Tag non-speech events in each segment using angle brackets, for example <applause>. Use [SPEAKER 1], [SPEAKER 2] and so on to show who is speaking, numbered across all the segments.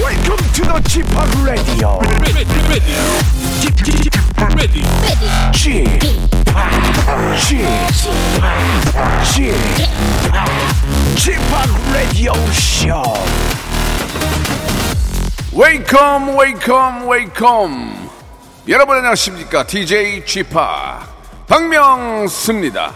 [SPEAKER 1] Welcome to the g p o p Radio.
[SPEAKER 2] ready, ready, ready,
[SPEAKER 1] g p o p g p o p Radio Show.
[SPEAKER 3] 웨이컴 웨이컴 웨이컴 여러분 안녕하십니까 DJ g p o 박명수입니다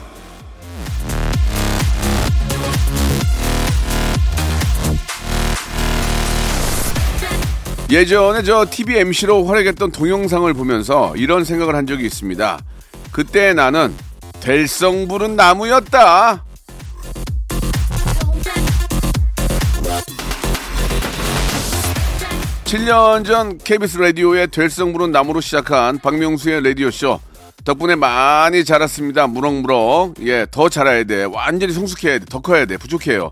[SPEAKER 3] 예전에 저 TV MC로 활약했던 동영상을 보면서 이런 생각을 한 적이 있습니다 그때 나는 될성 부른 나무였다 칠 년 전 KBS 라디오의 될성 부른 나무로 시작한 박명수의 라디오쇼. 덕분에 많이 자랐습니다. 무럭무럭. 예, 더 자라야 돼. 완전히 성숙해야 돼. 더 커야 돼. 부족해요.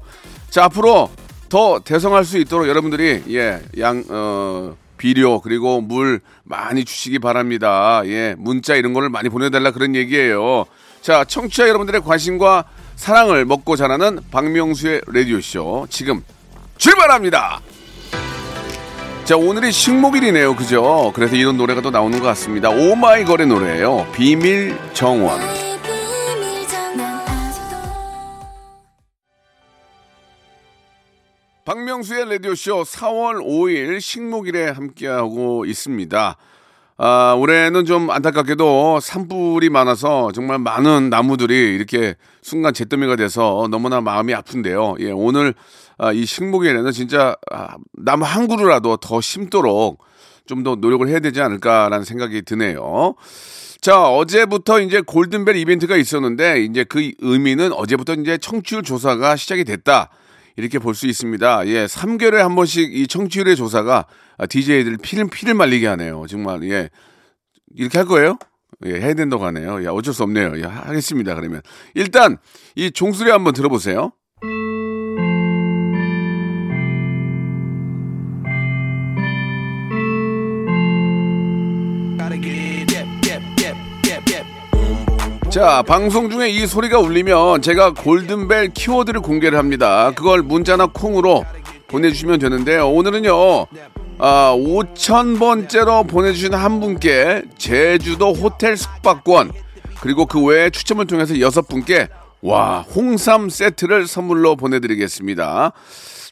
[SPEAKER 3] 자, 앞으로 더 대성할 수 있도록 여러분들이, 예, 양, 어, 비료, 그리고 물 많이 주시기 바랍니다. 예, 문자 이런 거를 많이 보내달라 그런 얘기예요. 자, 청취자 여러분들의 관심과 사랑을 먹고 자라는 박명수의 라디오쇼. 지금 출발합니다! 자 오늘이 식목일이네요 그죠 그래서 이런 노래가 또 나오는 것 같습니다 오마이걸의 노래예요 비밀 정원 박명수의 라디오쇼 4월 5일 식목일에 함께하고 있습니다 아, 올해는 좀 안타깝게도 산불이 많아서 정말 많은 나무들이 이렇게 순간 잿더미가 돼서 너무나 마음이 아픈데요. 예, 오늘 아, 이 식목일에는 진짜 아, 나무 한 그루라도 더 심도록 좀 더 노력을 해야 되지 않을까라는 생각이 드네요. 자, 어제부터 이제 골든벨 이벤트가 있었는데 이제 그 의미는 어제부터 이제 청취율 조사가 시작이 됐다. 이렇게 볼 수 있습니다. 예, 3개월에 한 번씩 이 청취율의 조사가 DJ들 피를, 피를 말리게 하네요. 정말, 예. 이렇게 할 거예요? 예, 해야 된다고 하네요. 예, 어쩔 수 없네요. 예, 하겠습니다. 그러면. 일단, 이 종소리 한번 들어보세요. 자, 방송 중에 이 소리가 울리면 제가 골든벨 키워드를 공개를 합니다. 그걸 문자나 콩으로 보내주시면 되는데요. 오늘은요, 아, 5,000번째로 보내주신 한 분께 제주도 호텔 숙박권, 그리고 그 외에 추첨을 통해서 여섯 분께 와, 홍삼 세트를 선물로 보내드리겠습니다.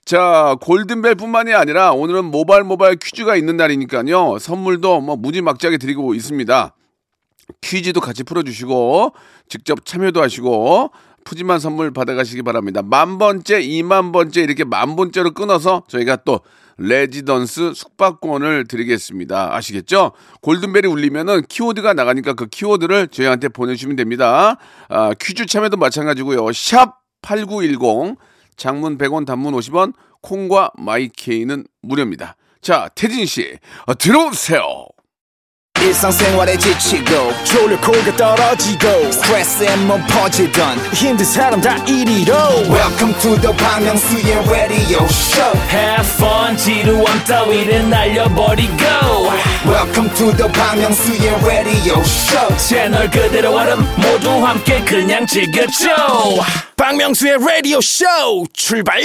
[SPEAKER 3] 자, 골든벨뿐만이 아니라 오늘은 모발 모발 퀴즈가 있는 날이니까요. 선물도 뭐 무지막지하게 드리고 있습니다. 퀴즈도 같이 풀어주시고 직접 참여도 하시고 푸짐한 선물 받아가시기 바랍니다. 만 번째, 이만 번째 이렇게 만 번째로 끊어서 저희가 또 레지던스 숙박권을 드리겠습니다. 아시겠죠? 골든벨이 울리면은 키워드가 나가니까 그 키워드를 저희한테 보내주시면 됩니다. 아, 퀴즈 참여도 마찬가지고요. 샵 8910 장문 100원, 단문 50원, 콩과 마이케이는 무료입니다. 자, 태진 씨, 어, 들어오세요.
[SPEAKER 4] 일상생활에 지치고,
[SPEAKER 1] 졸려 코가 떨어지고
[SPEAKER 4] 스트레스에 몸 퍼지던,
[SPEAKER 1] 힘든 사람 다 이리로.
[SPEAKER 4] welcome to the Bang Myung-soo's radio show
[SPEAKER 5] Have fun 지루함 따위를 날려버리고
[SPEAKER 4] welcome to the Bang Myung-soo's radio show
[SPEAKER 5] 채널 그대로 얼음 모두 함께 그냥 즐겨줘
[SPEAKER 1] 박명수의 라디오 쇼 출발.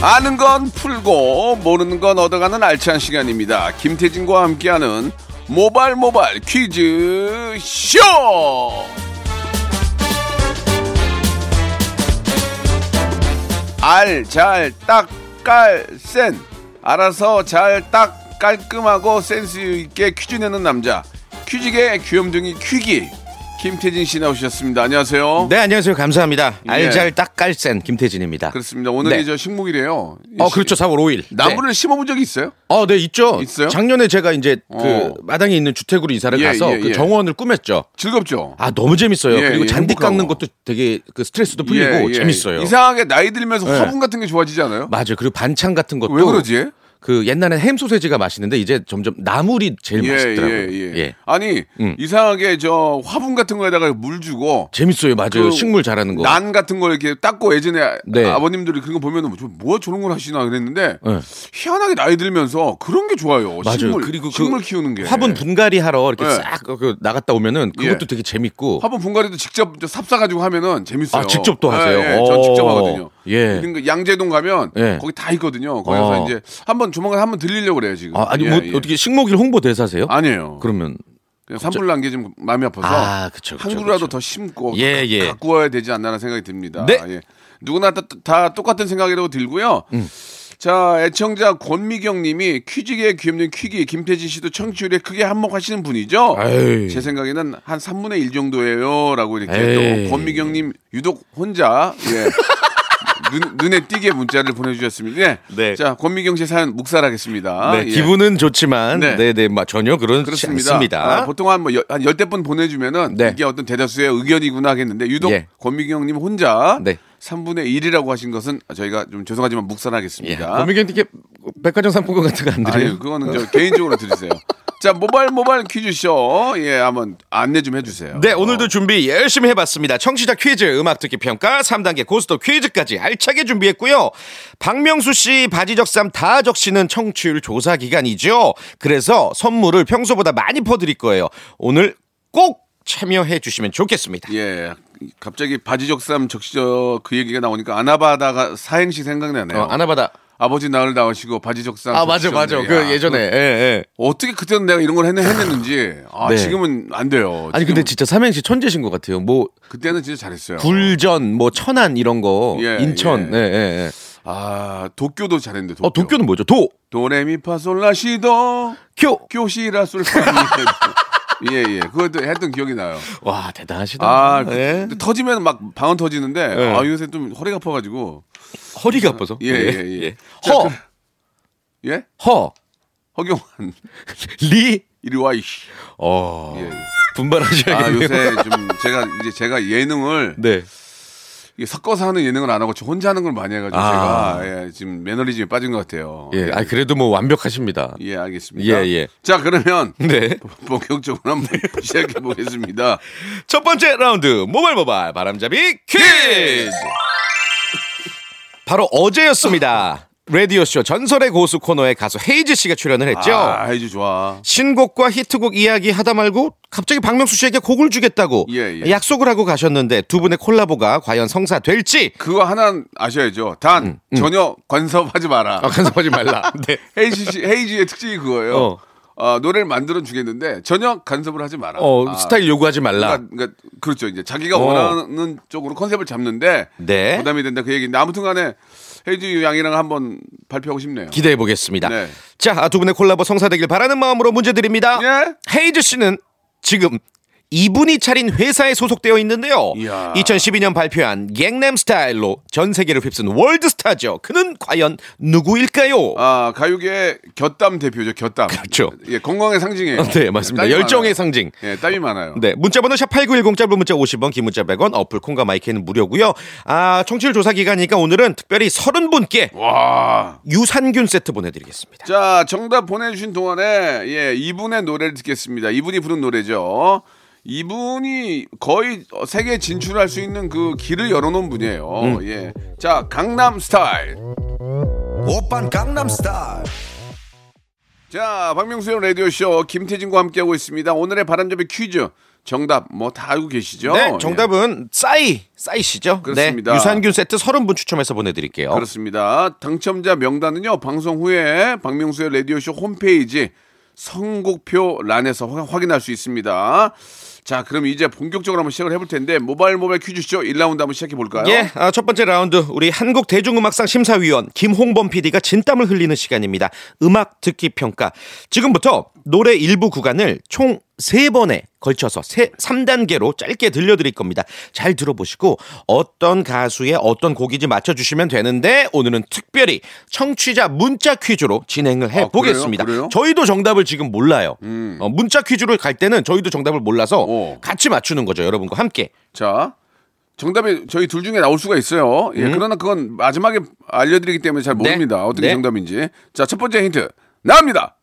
[SPEAKER 3] 아는 건 풀고 모르는 건 얻어가는 알찬 시간입니다. 김태진과 함께하는 모발 모발 퀴즈 쇼. 알 잘 딱 깔 센 알아서 잘 딱 깔끔하고 센스 있게 퀴즈 내는 남자 퀴즈계 귀염둥이 퀴기 김태진 씨 나오셨습니다. 안녕하세요.
[SPEAKER 6] 네 안녕하세요 감사합니다
[SPEAKER 3] 예.
[SPEAKER 6] 알잘 딱깔센 김태진입니다.
[SPEAKER 3] 그렇습니다. 오늘이
[SPEAKER 6] 네.
[SPEAKER 3] 저 식목일이에요.
[SPEAKER 6] 어 그렇죠 4월 5일
[SPEAKER 3] 나무를 심어본 적이 있어요?
[SPEAKER 6] 어네 있죠
[SPEAKER 3] 있어요?
[SPEAKER 6] 작년에 제가 이제
[SPEAKER 3] 어.
[SPEAKER 6] 그 마당에 있는 주택으로 이사를
[SPEAKER 3] 예,
[SPEAKER 6] 가서
[SPEAKER 3] 예, 예.
[SPEAKER 6] 그 정원을 꾸몄죠.
[SPEAKER 3] 즐겁죠?
[SPEAKER 6] 아 너무 재밌어요.
[SPEAKER 3] 예,
[SPEAKER 6] 그리고
[SPEAKER 3] 예,
[SPEAKER 6] 잔디
[SPEAKER 3] 행복하고.
[SPEAKER 6] 깎는 것도 되게 그 스트레스도 풀리고 재밌어요.
[SPEAKER 3] 예, 이상하게 나이 들면서
[SPEAKER 6] 예.
[SPEAKER 3] 화분 같은 게 좋아지지 않아요?
[SPEAKER 6] 맞아요. 그리고 반찬 같은 것도
[SPEAKER 3] 왜 그러지?
[SPEAKER 6] 그 옛날엔 햄 소세지가 맛있는데 이제 점점 나물이 제일 맛있더라고요.
[SPEAKER 3] 예, 예, 예.
[SPEAKER 6] 예.
[SPEAKER 3] 아니
[SPEAKER 6] 음.
[SPEAKER 3] 이상하게 저 화분 같은 거에다가 물 주고
[SPEAKER 6] 재밌어요, 맞아요.
[SPEAKER 3] 그
[SPEAKER 6] 식물 자라는 거.
[SPEAKER 3] 난 같은 거 이렇게 닦고 예전에
[SPEAKER 6] 네.
[SPEAKER 3] 아버님들이 그런 거 보면은 저 뭐야 저런 걸 하시나 그랬는데
[SPEAKER 6] 예.
[SPEAKER 3] 희한하게 나이 들면서 그런 게 좋아요.
[SPEAKER 6] 맞아요.
[SPEAKER 3] 식물,
[SPEAKER 6] 그리고 그
[SPEAKER 3] 식물 키우는 게
[SPEAKER 6] 화분 분갈이 하러 이렇게
[SPEAKER 3] 예.
[SPEAKER 6] 싹그 나갔다 오면은 그것도
[SPEAKER 3] 예.
[SPEAKER 6] 되게 재밌고
[SPEAKER 3] 화분 분갈이도 직접 삽싸 가지고 하면은 재밌어요.
[SPEAKER 6] 아, 직접 또 하세요?
[SPEAKER 3] 예, 예. 전
[SPEAKER 6] 오.
[SPEAKER 3] 직접 하거든요.
[SPEAKER 6] 예.
[SPEAKER 3] 그러니까 양재동 가면
[SPEAKER 6] 예.
[SPEAKER 3] 거기 다 있거든요. 거기서
[SPEAKER 6] 어.
[SPEAKER 3] 이제 한번 조만간 한번 들리려고 그래요 지금.
[SPEAKER 6] 아, 아니
[SPEAKER 3] 예,
[SPEAKER 6] 뭐
[SPEAKER 3] 예.
[SPEAKER 6] 어떻게 식목일 홍보 대사세요?
[SPEAKER 3] 아니에요.
[SPEAKER 6] 그러면
[SPEAKER 3] 그냥 산불 난 게 좀 마음이 아파서
[SPEAKER 6] 아, 그쵸, 그쵸,
[SPEAKER 3] 한 그루라도
[SPEAKER 6] 그쵸.
[SPEAKER 3] 더 심고
[SPEAKER 6] 예, 예.
[SPEAKER 3] 갖고 와야 되지 않나라는 생각이 듭니다.
[SPEAKER 6] 네.
[SPEAKER 3] 예. 누구나 다, 다 똑같은 생각이라고 들고요.
[SPEAKER 6] 음.
[SPEAKER 3] 자, 애청자 권미경 님이 퀴즈계의 귀염둥이 퀴기 김태진 씨도 청취율에 크게 한몫하시는 분이죠.
[SPEAKER 6] 에이.
[SPEAKER 3] 제 생각에는 한 3분의 1 정도예요라고 이렇게
[SPEAKER 6] 에이.
[SPEAKER 3] 또 권미경 님 유독 혼자 예. 눈, 눈에 띄게 문자를 보내주셨습니다. 예.
[SPEAKER 6] 네.
[SPEAKER 3] 자, 권미경 씨 사연 묵살하겠습니다.
[SPEAKER 6] 네,
[SPEAKER 3] 예.
[SPEAKER 6] 기분은 좋지만
[SPEAKER 3] 네.
[SPEAKER 6] 네네 마- 전혀 그렇지
[SPEAKER 3] 그렇습니다.
[SPEAKER 6] 않습니다.
[SPEAKER 3] 아, 보통 한뭐 한 열대 분 보내주면은
[SPEAKER 6] 네.
[SPEAKER 3] 이게 어떤 대다수의 의견이구나 하겠는데 유독
[SPEAKER 6] 예.
[SPEAKER 3] 권미경님 혼자
[SPEAKER 6] 네.
[SPEAKER 3] 3분의 1이라고 하신 것은 저희가 좀 죄송하지만
[SPEAKER 6] 예.
[SPEAKER 3] 묵살하겠습니다.
[SPEAKER 6] 고민경님께 백화점 상품권 같은 거 안 드려요?
[SPEAKER 3] 아니 그거는 저 개인적으로
[SPEAKER 6] <laughs>
[SPEAKER 3] 드리세요. 자 모발 모발 퀴즈쇼 예 한번 안내 좀 해주세요.
[SPEAKER 6] 네, 오늘도 준비 열심히 해봤습니다. 청취자 퀴즈, 음악 듣기 평가, 3단계 고스톱 퀴즈까지 알차게 준비했고요. 박명수 씨, 바지적삼 다 적시는 청취율 조사 기간이죠. 그래서 선물을 평소보다 많이 퍼드릴 거예요. 오늘 꼭 참여해 주시면 좋겠습니다.
[SPEAKER 3] 예 갑자기 바지적삼 적시적 그 얘기가 나오니까 아나바다가 사행시 생각나네요.
[SPEAKER 6] 어, 아나바다.
[SPEAKER 3] 버지 나을 나오시고 바지적삼.
[SPEAKER 6] 아, 맞아, 맞아. 그 예전에.
[SPEAKER 3] 네.
[SPEAKER 6] 예, 예.
[SPEAKER 3] 어떻게 그때는 내가 이런 걸 했는, 했는지 아
[SPEAKER 6] 네.
[SPEAKER 3] 지금은 안 돼요.
[SPEAKER 6] 아니,
[SPEAKER 3] 지금
[SPEAKER 6] 근데 진짜 삼행시 천재신 것 같아요. 뭐,
[SPEAKER 3] 그때는 진짜 잘했어요.
[SPEAKER 6] 굴전, 뭐, 천안 이런 거.
[SPEAKER 3] 예,
[SPEAKER 6] 인천.
[SPEAKER 3] 예.
[SPEAKER 6] 예, 예, 예.
[SPEAKER 3] 아 도쿄도 잘했는데 도쿄.
[SPEAKER 6] 어, 도쿄는 뭐죠? 도,
[SPEAKER 3] 도레미파솔라시도
[SPEAKER 6] 쿄.
[SPEAKER 3] 교시라솔파.
[SPEAKER 6] <laughs>
[SPEAKER 3] 예예 그것도 했던 기억이 나요.
[SPEAKER 6] 와, 대단하시다.
[SPEAKER 3] 아
[SPEAKER 6] 예.
[SPEAKER 3] 근데 터지면 막 방언 터지는데
[SPEAKER 6] 예.
[SPEAKER 3] 아 요새 좀 허리가 아파가지고
[SPEAKER 6] 허리가 아파서.
[SPEAKER 3] 예, 예, 예.
[SPEAKER 6] 네. 허,
[SPEAKER 3] 예
[SPEAKER 6] 허,
[SPEAKER 3] 허경환
[SPEAKER 6] 리.
[SPEAKER 3] 이리 와 이씨.
[SPEAKER 6] 어.
[SPEAKER 3] 예. 아
[SPEAKER 6] 분발하셔야겠네요.
[SPEAKER 3] 요새 좀 제가 이제 제가 예능을
[SPEAKER 6] 네.
[SPEAKER 3] 이게 섞어서 하는 예능을 안 하고 저 혼자 하는 걸 많이 해가지고
[SPEAKER 6] 아.
[SPEAKER 3] 제가 예, 지금 매너리즘에 빠진 것 같아요.
[SPEAKER 6] 예. 아 그래도 뭐 완벽하십니다.
[SPEAKER 3] 예, 알겠습니다.
[SPEAKER 6] 예, 예.
[SPEAKER 3] 자 그러면
[SPEAKER 6] 네.
[SPEAKER 3] <laughs> 본격적으로 한번 시작해
[SPEAKER 6] <laughs>
[SPEAKER 3] 보겠습니다.
[SPEAKER 6] 첫 번째 라운드 모발 모발 바람잡이 퀴즈. 바로 어제였습니다. 라디오 쇼 전설의 고수 코너에 가수 헤이즈 씨가 출연을 했죠.
[SPEAKER 3] 아, 해주 좋아.
[SPEAKER 6] 신곡과 히트곡 이야기 하다 말고 갑자기 박명수 씨에게 곡을 주겠다고
[SPEAKER 3] 예, 예.
[SPEAKER 6] 약속을 하고 가셨는데 두 분의 콜라보가 과연 성사될지
[SPEAKER 3] 그거 하나 아셔야죠. 단 전혀 간섭하지 마라.
[SPEAKER 6] 음, 아, 간섭하지 말라. <laughs> 네.
[SPEAKER 3] 헤이지 씨- 헤이지의 특징이 그거예요.
[SPEAKER 6] 어.
[SPEAKER 3] 어, 노래를 만들어 주겠는데 전혀 간섭을 하지 마라.
[SPEAKER 6] 어,
[SPEAKER 3] 아,
[SPEAKER 6] 스타일 요구하지 말라.
[SPEAKER 3] 그러니까, 그러니까 그렇죠. 이제 자기가
[SPEAKER 6] 어.
[SPEAKER 3] 원하는 쪽으로 컨셉을 잡는데
[SPEAKER 6] 네.
[SPEAKER 3] 부담이 된다 그 얘기인데 아무튼간에 헤이지 양이랑 한번 발표하고 싶네요.
[SPEAKER 6] 기대해 보겠습니다.
[SPEAKER 3] 네.
[SPEAKER 6] 자, 아, 두 분의 콜라보 성사되길 바라는 마음으로 문제 드립니다.
[SPEAKER 3] 예?
[SPEAKER 6] 헤이즈 씨는 지금 이분이 차린 회사에 소속되어 있는데요.
[SPEAKER 3] 이야.
[SPEAKER 6] 2012년 발표한 갱남 스타일로 전 세계를 휩쓴 월드스타죠. 그는 과연 누구일까요?
[SPEAKER 3] 아 가요계 곁담 대표죠. 곁담.
[SPEAKER 6] 그렇죠.
[SPEAKER 3] 예, 건강의 상징이에요.
[SPEAKER 6] 네, 맞습니다.
[SPEAKER 3] 땀이
[SPEAKER 6] 열정의
[SPEAKER 3] 많아요.
[SPEAKER 6] 상징.
[SPEAKER 3] 예, 땀이 많아요.
[SPEAKER 6] 네, 문자번호 샵 8910 짧은 문자 50원, 긴 문자 100원, 어플 콩과 마이크는 무료고요. 아, 청취율 조사 기간이니까 오늘은 특별히 30분께
[SPEAKER 3] 와.
[SPEAKER 6] 유산균 세트 보내드리겠습니다.
[SPEAKER 3] 자, 정답 보내주신 동안에 예 이분의 노래를 듣겠습니다. 이분이 부른 노래죠. 이분이 거의 세계 진출할 수 있는 그 길을 열어놓은 분이에요.
[SPEAKER 6] 음.
[SPEAKER 3] 예, 자 강남 스타일.
[SPEAKER 4] 오빤 강남스타일
[SPEAKER 3] 자, 박명수의 라디오 쇼 김태진과 함께하고 있습니다. 오늘의 바람잡이 퀴즈 정답 뭐 다 알고 계시죠?
[SPEAKER 6] 네, 정답은 싸이, 싸이시죠?
[SPEAKER 3] 어, 예. 그렇습니다.
[SPEAKER 6] 네, 유산균 세트 30분 추첨해서 보내드릴게요.
[SPEAKER 3] 예, 그렇습니다. 당첨자 명단은요 방송 후에 박명수의 라디오 쇼 홈페이지 선곡표 란에서 확- 확인할 수 있습니다. 자, 그럼 이제 본격적으로 한번 시작을 해볼 텐데 모바일 모바일 퀴즈 쇼 1라운드 한번 시작해 볼까요?
[SPEAKER 6] 예, 아, 첫 번째 라운드 우리 한국 대중음악상 심사위원 김홍범 PD가 진땀을 흘리는 시간입니다. 음악 듣기 평가. 지금부터 노래 일부 구간을 총 세번에 걸쳐서 세, 3단계로 짧게 들려드릴 겁니다. 잘 들어보시고 어떤 가수의 어떤 곡인지 맞춰주시면 되는데 오늘은 특별히 청취자 문자 퀴즈로 진행을 해보겠습니다.
[SPEAKER 3] 아, 그래요? 음. 그래요?
[SPEAKER 6] 저희도 정답을 지금 몰라요. 어, 문자 퀴즈로 갈 때는 저희도 정답을 몰라서
[SPEAKER 3] 오.
[SPEAKER 6] 같이 맞추는 거죠. 여러분과 함께.
[SPEAKER 3] 자, 정답이 저희 둘 중에 나올 수가 있어요. 예, 그러나 그건 마지막에 알려드리기 때문에 잘 모릅니다. 어떻게
[SPEAKER 6] 음. 네.
[SPEAKER 3] 정답인지. 자, 첫 번째 힌트 나옵니다.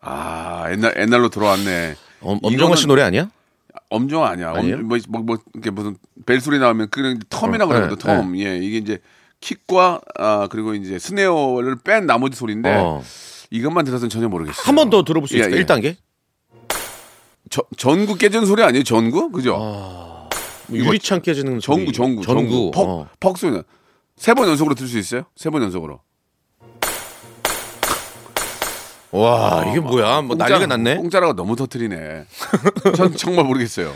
[SPEAKER 3] 아, 옛날 옛날로 돌아왔네.
[SPEAKER 6] 엄- 엄정화 씨
[SPEAKER 3] 이거는-
[SPEAKER 6] 노래 아니야?
[SPEAKER 3] 엄정 아니야.
[SPEAKER 6] 아니에요?
[SPEAKER 3] 엄, 뭐, 뭐, 뭐, 이렇게 무슨 벨 소리 나오면 그런 텀이라고
[SPEAKER 6] 어,
[SPEAKER 3] 그러거든. 텀.
[SPEAKER 6] 예,
[SPEAKER 3] 예, 이게 이제 킥과 아 그리고 이제 스네어를 뺀 나머지 소리인데
[SPEAKER 6] 어.
[SPEAKER 3] 이것만 들어서는 전혀 모르겠어요.
[SPEAKER 6] 한 번 더 들어볼 수
[SPEAKER 3] 예,
[SPEAKER 6] 있을까?
[SPEAKER 3] 예.
[SPEAKER 6] 1단계?
[SPEAKER 3] 저- 전구 깨지는 소리 아니에요? 전구? 그죠?
[SPEAKER 6] 유리창 깨지는 소리.
[SPEAKER 3] 전구, 전구,
[SPEAKER 6] 전구.
[SPEAKER 3] 퍽,
[SPEAKER 6] 어.
[SPEAKER 3] 퍽 소리는 세 번 연속으로 들 수 있어요? 세 번 연속으로.
[SPEAKER 6] 와,
[SPEAKER 3] 어,
[SPEAKER 6] 이게 뭐야? 뭐 난리가
[SPEAKER 3] 공짜-
[SPEAKER 6] 났네.
[SPEAKER 3] 공짜라고 너무 터트리네. 전 정말 모르겠어요.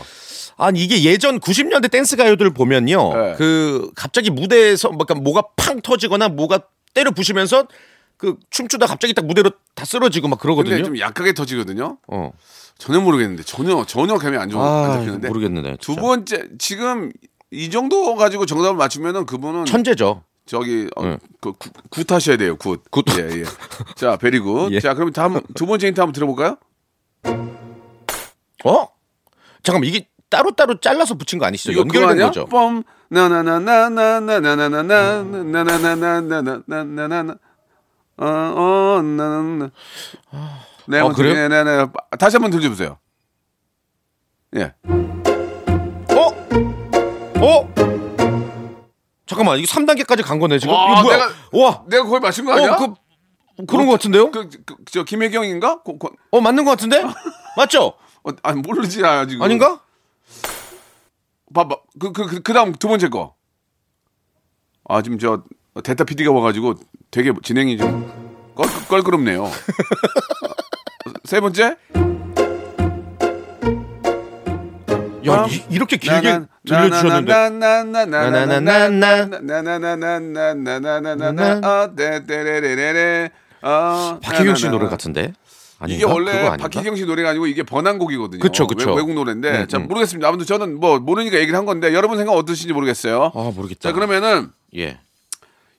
[SPEAKER 6] 아니 이게 예전 90년대 댄스 가요들 보면요.
[SPEAKER 3] 네.
[SPEAKER 6] 그 갑자기 무대에서 막 뭐가 팡 터지거나 뭐가 때려 부시면서 그 춤추다 갑자기 딱 무대로 다 쓰러지고 막
[SPEAKER 3] 근데
[SPEAKER 6] 그러거든요.
[SPEAKER 3] 좀 약하게 터지거든요.
[SPEAKER 6] 어.
[SPEAKER 3] 전혀 모르겠는데 전혀 전혀 감이 안 좋은 안
[SPEAKER 6] 아,
[SPEAKER 3] 잡히는데.
[SPEAKER 6] 모르겠는데.
[SPEAKER 3] 두
[SPEAKER 6] 진짜.
[SPEAKER 3] 번째 지금 이 정도 가지고 정답을 맞추면은 그분은
[SPEAKER 6] 천재죠.
[SPEAKER 3] 저기 어,
[SPEAKER 6] 네.
[SPEAKER 3] 그, 굿, 굿 하셔야 돼요. 굿.
[SPEAKER 6] 굿.
[SPEAKER 3] 예, 예. 자, 베리 굿.
[SPEAKER 6] 예.
[SPEAKER 3] 자, 그럼 다음 두 번째 힌트 한번 들어볼까요?
[SPEAKER 6] 어? 잠깐만 이게 따로따로 잘라서 붙인 거 아니시죠?
[SPEAKER 3] 이거 그거
[SPEAKER 6] 연결된
[SPEAKER 3] 아니야?
[SPEAKER 6] 거죠.
[SPEAKER 3] 뻔 나나나나나나나나나나나나나나나나나나나 어어나나나 네,
[SPEAKER 6] 아,
[SPEAKER 3] 한번
[SPEAKER 6] 그래요?
[SPEAKER 3] 들- 네, 네, 네. 다시 한번 들려주세요. 예.
[SPEAKER 6] 어? 어? 잠깐만 이게 3단계까지 간 거네 지금.
[SPEAKER 3] 와,
[SPEAKER 6] 이거 뭐야?
[SPEAKER 3] 내가-
[SPEAKER 6] 와.
[SPEAKER 3] 내가 거의 맞춘 거 아니야?
[SPEAKER 6] 어, 그 그런 거 같은데요?
[SPEAKER 3] 그, 그, 저 김혜경인가? 고, 고,
[SPEAKER 6] 어, 맞는 거 <laughs> 같은데? 맞죠?
[SPEAKER 3] 어, 아, 모르지, 아, 지금.
[SPEAKER 6] 아닌가?
[SPEAKER 3] 봐봐. 그, 그, 그, 그 다음 두 번째 거. 아, 지금 저, 데타 PD가 와가지고 되게 진행이 좀 껄, 껄끄럽네요. 세 번째?
[SPEAKER 6] 야,
[SPEAKER 3] 어?
[SPEAKER 6] 이, 이렇게 길게
[SPEAKER 3] 나나-
[SPEAKER 6] 들려주셨는데.
[SPEAKER 3] 나나나나나나나나나나나나 나나나나나나나나나 어, 떼떼레레레레. 어,
[SPEAKER 6] 박혜경 씨
[SPEAKER 3] 나나나나.
[SPEAKER 6] 노래 같은데? 아닌가?
[SPEAKER 3] 이게
[SPEAKER 6] 그거
[SPEAKER 3] 원래
[SPEAKER 6] 아닌가?
[SPEAKER 3] 박희경 씨 노래가 아니고 이게 번안곡이거든요.
[SPEAKER 6] 그쵸, 그쵸.
[SPEAKER 3] 외- 외국 노래인데
[SPEAKER 6] 네,
[SPEAKER 3] 자
[SPEAKER 6] 음.
[SPEAKER 3] 모르겠습니다. 아무튼 저는 뭐 모르니까 얘기를 한 건데 여러분 생각 어떠신지 모르겠어요.
[SPEAKER 6] 아, 모르겠다.
[SPEAKER 3] 자 그러면은
[SPEAKER 6] 예.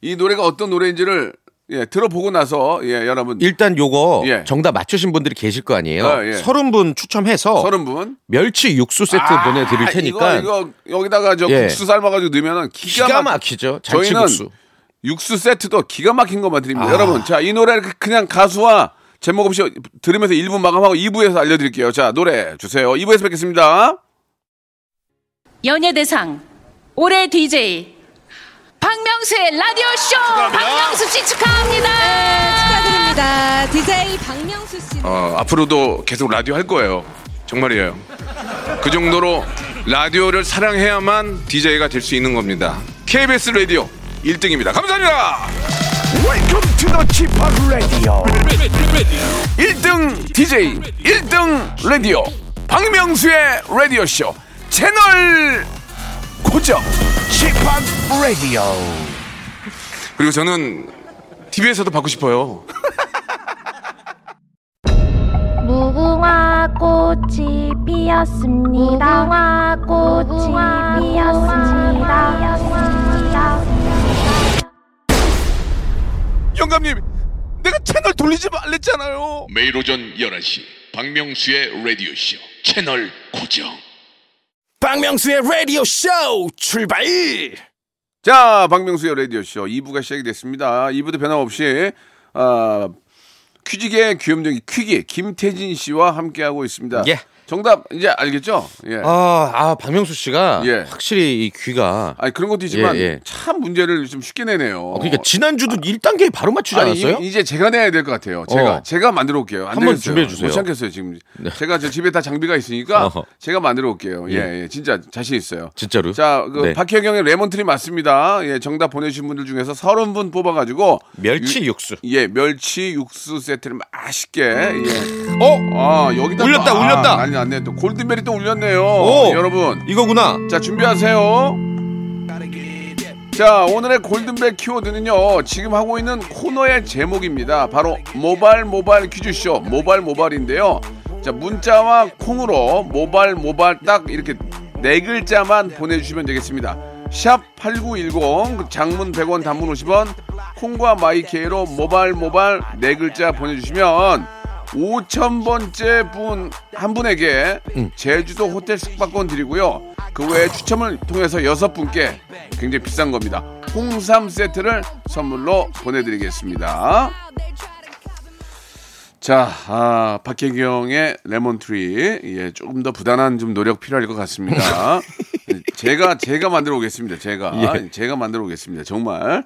[SPEAKER 3] 이 노래가 어떤 노래인지를 예, 들어보고 나서 예, 여러분
[SPEAKER 6] 일단 요거
[SPEAKER 3] 예.
[SPEAKER 6] 정답 맞추신 분들이 계실 거 아니에요.
[SPEAKER 3] 아, 예.
[SPEAKER 6] 서른 분 추첨해서
[SPEAKER 3] 서른 분
[SPEAKER 6] 멸치 육수 세트
[SPEAKER 3] 아,
[SPEAKER 6] 보내드릴 테니까
[SPEAKER 3] 이거, 이거 여기다가 저
[SPEAKER 6] 예.
[SPEAKER 3] 국수 삶아가지고 넣으면 기가,
[SPEAKER 6] 기가
[SPEAKER 3] 막
[SPEAKER 6] 막히죠.
[SPEAKER 3] 저희는
[SPEAKER 6] 잔치국수.
[SPEAKER 3] 육수 세트도 기가 막힌 것만 드립니다.
[SPEAKER 6] 아.
[SPEAKER 3] 여러분 자 이 노래 그냥 가수와 제목 없이 들으면서 1부 마감하고 2부에서 알려드릴게요. 자 노래 주세요. 2부에서 뵙겠습니다.
[SPEAKER 7] 연예대상 올해 DJ 박명수의 라디오 쇼 박명수 씨 축하합니다.
[SPEAKER 8] 네, 축하드립니다. DJ 박명수 씨.
[SPEAKER 3] 어, 앞으로도 계속 라디오 할 거예요. 정말이에요. 그 정도로 라디오를 사랑해야만 DJ가 될 수 있는 겁니다. KBS 라디오 1등입니다. 감사합니다.
[SPEAKER 1] Welcome to the Chipa Radio.
[SPEAKER 2] ready, ready,
[SPEAKER 3] 1등 DJ, 1등 라디오, 박명수의 라디오 쇼 채널 고정.
[SPEAKER 1] Chipa Radio.
[SPEAKER 3] 그리고 저는 TV에서도 받고 싶어요.
[SPEAKER 9] 무궁화 꽃이 피었습니다. 무궁화 꽃이 피었습니다.
[SPEAKER 3] 영감님, 내가 채널 돌리지 말랬잖아요.
[SPEAKER 10] 매일 오전 11시 박명수의 라디오쇼 채널 고정
[SPEAKER 1] 박명수의 Radio Show 출발.
[SPEAKER 3] 자, 박명수의 라디오쇼 2부가 시작이 됐습니다. 2부도 변함없이, 아, 퀴직의 귀염둥이 퀴기, 김태진 씨와 함께하고 있습니다.
[SPEAKER 6] 예.
[SPEAKER 3] 정답, 이제 알겠죠? 예.
[SPEAKER 6] 아, 아, 박명수 씨가
[SPEAKER 3] 예.
[SPEAKER 6] 확실히 이 귀가.
[SPEAKER 3] 아니, 그런 것도 있지만,
[SPEAKER 6] 예, 예.
[SPEAKER 3] 참 문제를 좀 쉽게 내네요.
[SPEAKER 6] 어, 그러니까 지난주도 일 1단계에 바로 맞추지
[SPEAKER 3] 아니,
[SPEAKER 6] 않았어요?
[SPEAKER 3] 이- 이제 제가 내야 될 것 같아요. 제가
[SPEAKER 6] 어.
[SPEAKER 3] 제가 만들어 올게요. 안
[SPEAKER 6] 한번
[SPEAKER 3] 되겠어요.
[SPEAKER 6] 준비해 주세요. 네.
[SPEAKER 3] 못 참겠어요 지금. 제가 저 집에 다 장비가 있으니까
[SPEAKER 6] <laughs> 어허.
[SPEAKER 3] 제가 만들어 올게요. 예,
[SPEAKER 6] 예.
[SPEAKER 3] 예, 진짜 자신 있어요.
[SPEAKER 6] 진짜로요?
[SPEAKER 3] 자, 그
[SPEAKER 6] 네.
[SPEAKER 3] 박혜경의 레몬트리 맞습니다. 예, 정답 보내주신 분들 중에서 30분 뽑아가지고
[SPEAKER 6] 멸치
[SPEAKER 3] 유-
[SPEAKER 6] 육수.
[SPEAKER 3] 예, 멸치 육수 세트를 맛있게. 예.
[SPEAKER 6] 어?
[SPEAKER 3] 아, 여기다
[SPEAKER 6] 울렸다,
[SPEAKER 3] 아,
[SPEAKER 6] 울렸다.
[SPEAKER 3] 난리 났네. 또 골든벨이 또 울렸네요.
[SPEAKER 6] 오.
[SPEAKER 3] 여러분.
[SPEAKER 6] 이거구나.
[SPEAKER 3] 자, 준비하세요. 자, 오늘의 골든벨 키워드는요. 지금 하고 있는 코너의 제목입니다. 바로 모발 모발 퀴즈쇼. 모발 모발인데요. 자, 문자와 콩으로 모발 모발 딱 이렇게 네 글자만 보내 주시면 되겠습니다. 샵 8910 장문 100원 단문 50원 콩과 마이케이로 모발 모발 네 글자 보내 주시면 5,000번째 분 한 분에게 제주도 호텔 숙박권 드리고요. 그 외에 추첨을 통해서 여섯 분께 굉장히 비싼 겁니다. 홍삼 세트를 선물로 보내드리겠습니다. 자, 아, 박혜경의 레몬트리. 예, 조금 더 부단한 좀 노력 필요할 것 같습니다. 제가, 제가 만들어 오겠습니다. 제가. 제가 만들어 오겠습니다. 정말.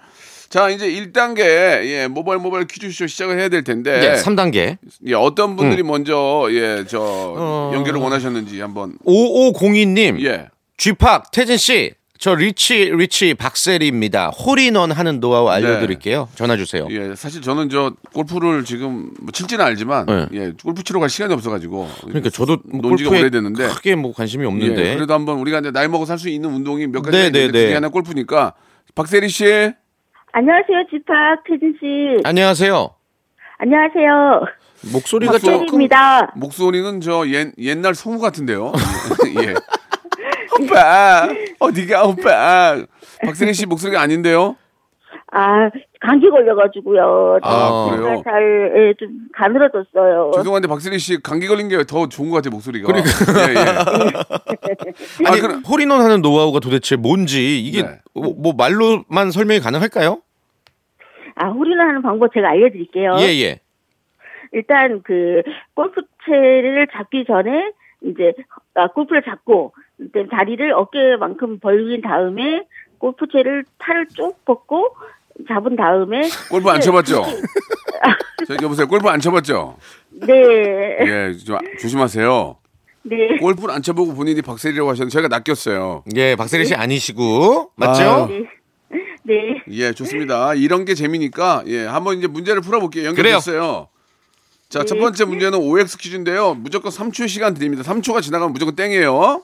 [SPEAKER 3] 자, 이제 1단계, 예, 모바일 모바일 퀴즈쇼 시작을 해야 될 텐데.
[SPEAKER 6] 예, 3단계.
[SPEAKER 3] 예, 어떤
[SPEAKER 6] 음.
[SPEAKER 3] 분들이 먼저, 예, 저,
[SPEAKER 6] 어.
[SPEAKER 3] 연결을 원하셨는지 한번.
[SPEAKER 6] 5502님.
[SPEAKER 3] 예.
[SPEAKER 6] 쥐팍 태진 씨. 저 리치 리치 박세리입니다. 홀인원 하는 노하우 알려드릴게요. 전화 주세요.
[SPEAKER 3] 예, 사실 저는 저 골프를 지금 뭐 칠지는 알지만
[SPEAKER 6] 네.
[SPEAKER 3] 예, 골프 치러 갈 시간이 없어가지고
[SPEAKER 6] 그러니까 저도 뭐
[SPEAKER 3] 논지가
[SPEAKER 6] 골프에
[SPEAKER 3] 오래됐는데
[SPEAKER 6] 크게 뭐 관심이
[SPEAKER 3] 예,
[SPEAKER 6] 없는데
[SPEAKER 3] 그래도 한번 우리가 이제 나이 먹어 살 수 있는 운동이 몇 가지
[SPEAKER 6] 네,
[SPEAKER 3] 있는데
[SPEAKER 6] 네, 네.
[SPEAKER 3] 그게 하나 골프니까 박세리 씨
[SPEAKER 9] 안녕하세요, 지팍 태진 씨.
[SPEAKER 3] 아,
[SPEAKER 6] 안녕하세요.
[SPEAKER 9] 안녕하세요.
[SPEAKER 6] 목소리가
[SPEAKER 3] 목소리-
[SPEAKER 6] 조금
[SPEAKER 9] 박세리입니다.
[SPEAKER 3] 목소리는 저 옛, 옛날 소무 같은데요. <laughs> 예. 오빠 어디가 오빠 박세리 씨 목소리가 아닌데요.
[SPEAKER 9] 아, 감기 걸려가지고요.
[SPEAKER 6] 어.
[SPEAKER 3] 아, 그래요?
[SPEAKER 9] 잘좀 가늘어졌어요.
[SPEAKER 3] 죄송한데 박세리 씨 감기 걸린 게 더 좋은 것 같아요 목소리가.
[SPEAKER 6] 그러니까.
[SPEAKER 3] 예, 예. 아,
[SPEAKER 6] 아니
[SPEAKER 3] 그럼-
[SPEAKER 6] 홀인원 하는 노하우가 도대체 뭔지 이게
[SPEAKER 3] 네.
[SPEAKER 6] 뭐, 뭐 말로만 설명이 가능할까요?
[SPEAKER 9] <laughs> 아, 홀인원 하는 방법 제가 알려드릴게요.
[SPEAKER 6] 예 예.
[SPEAKER 9] 일단 그 골프채를 잡기 전에 이제 아, 골프를 잡고 일단 다리를 어깨만큼 벌린 다음에 골프채를 팔을 쭉 뻗고 잡은 다음에
[SPEAKER 3] 골프 안 쳐봤죠? 저기 여보세요 골프 안 쳐봤죠?
[SPEAKER 9] 네,
[SPEAKER 3] 예, 좀 아- 조심하세요.
[SPEAKER 9] 네,
[SPEAKER 3] 골프를 안 쳐보고 본인이 박세리라고 하셨는데 저희가 낚였어요.
[SPEAKER 6] 예 박세리 씨 아니시고 맞죠?
[SPEAKER 3] 아유,
[SPEAKER 9] 네.
[SPEAKER 3] 예, 좋습니다. 이런 게 재미니까 예, 한번 이제 문제를 풀어볼게요. 연결됐어요. 자, 첫 번째 문제는 OX 퀴즈인데요. 무조건 3초 시간 드립니다. 3초가 지나가면 무조건 땡이에요.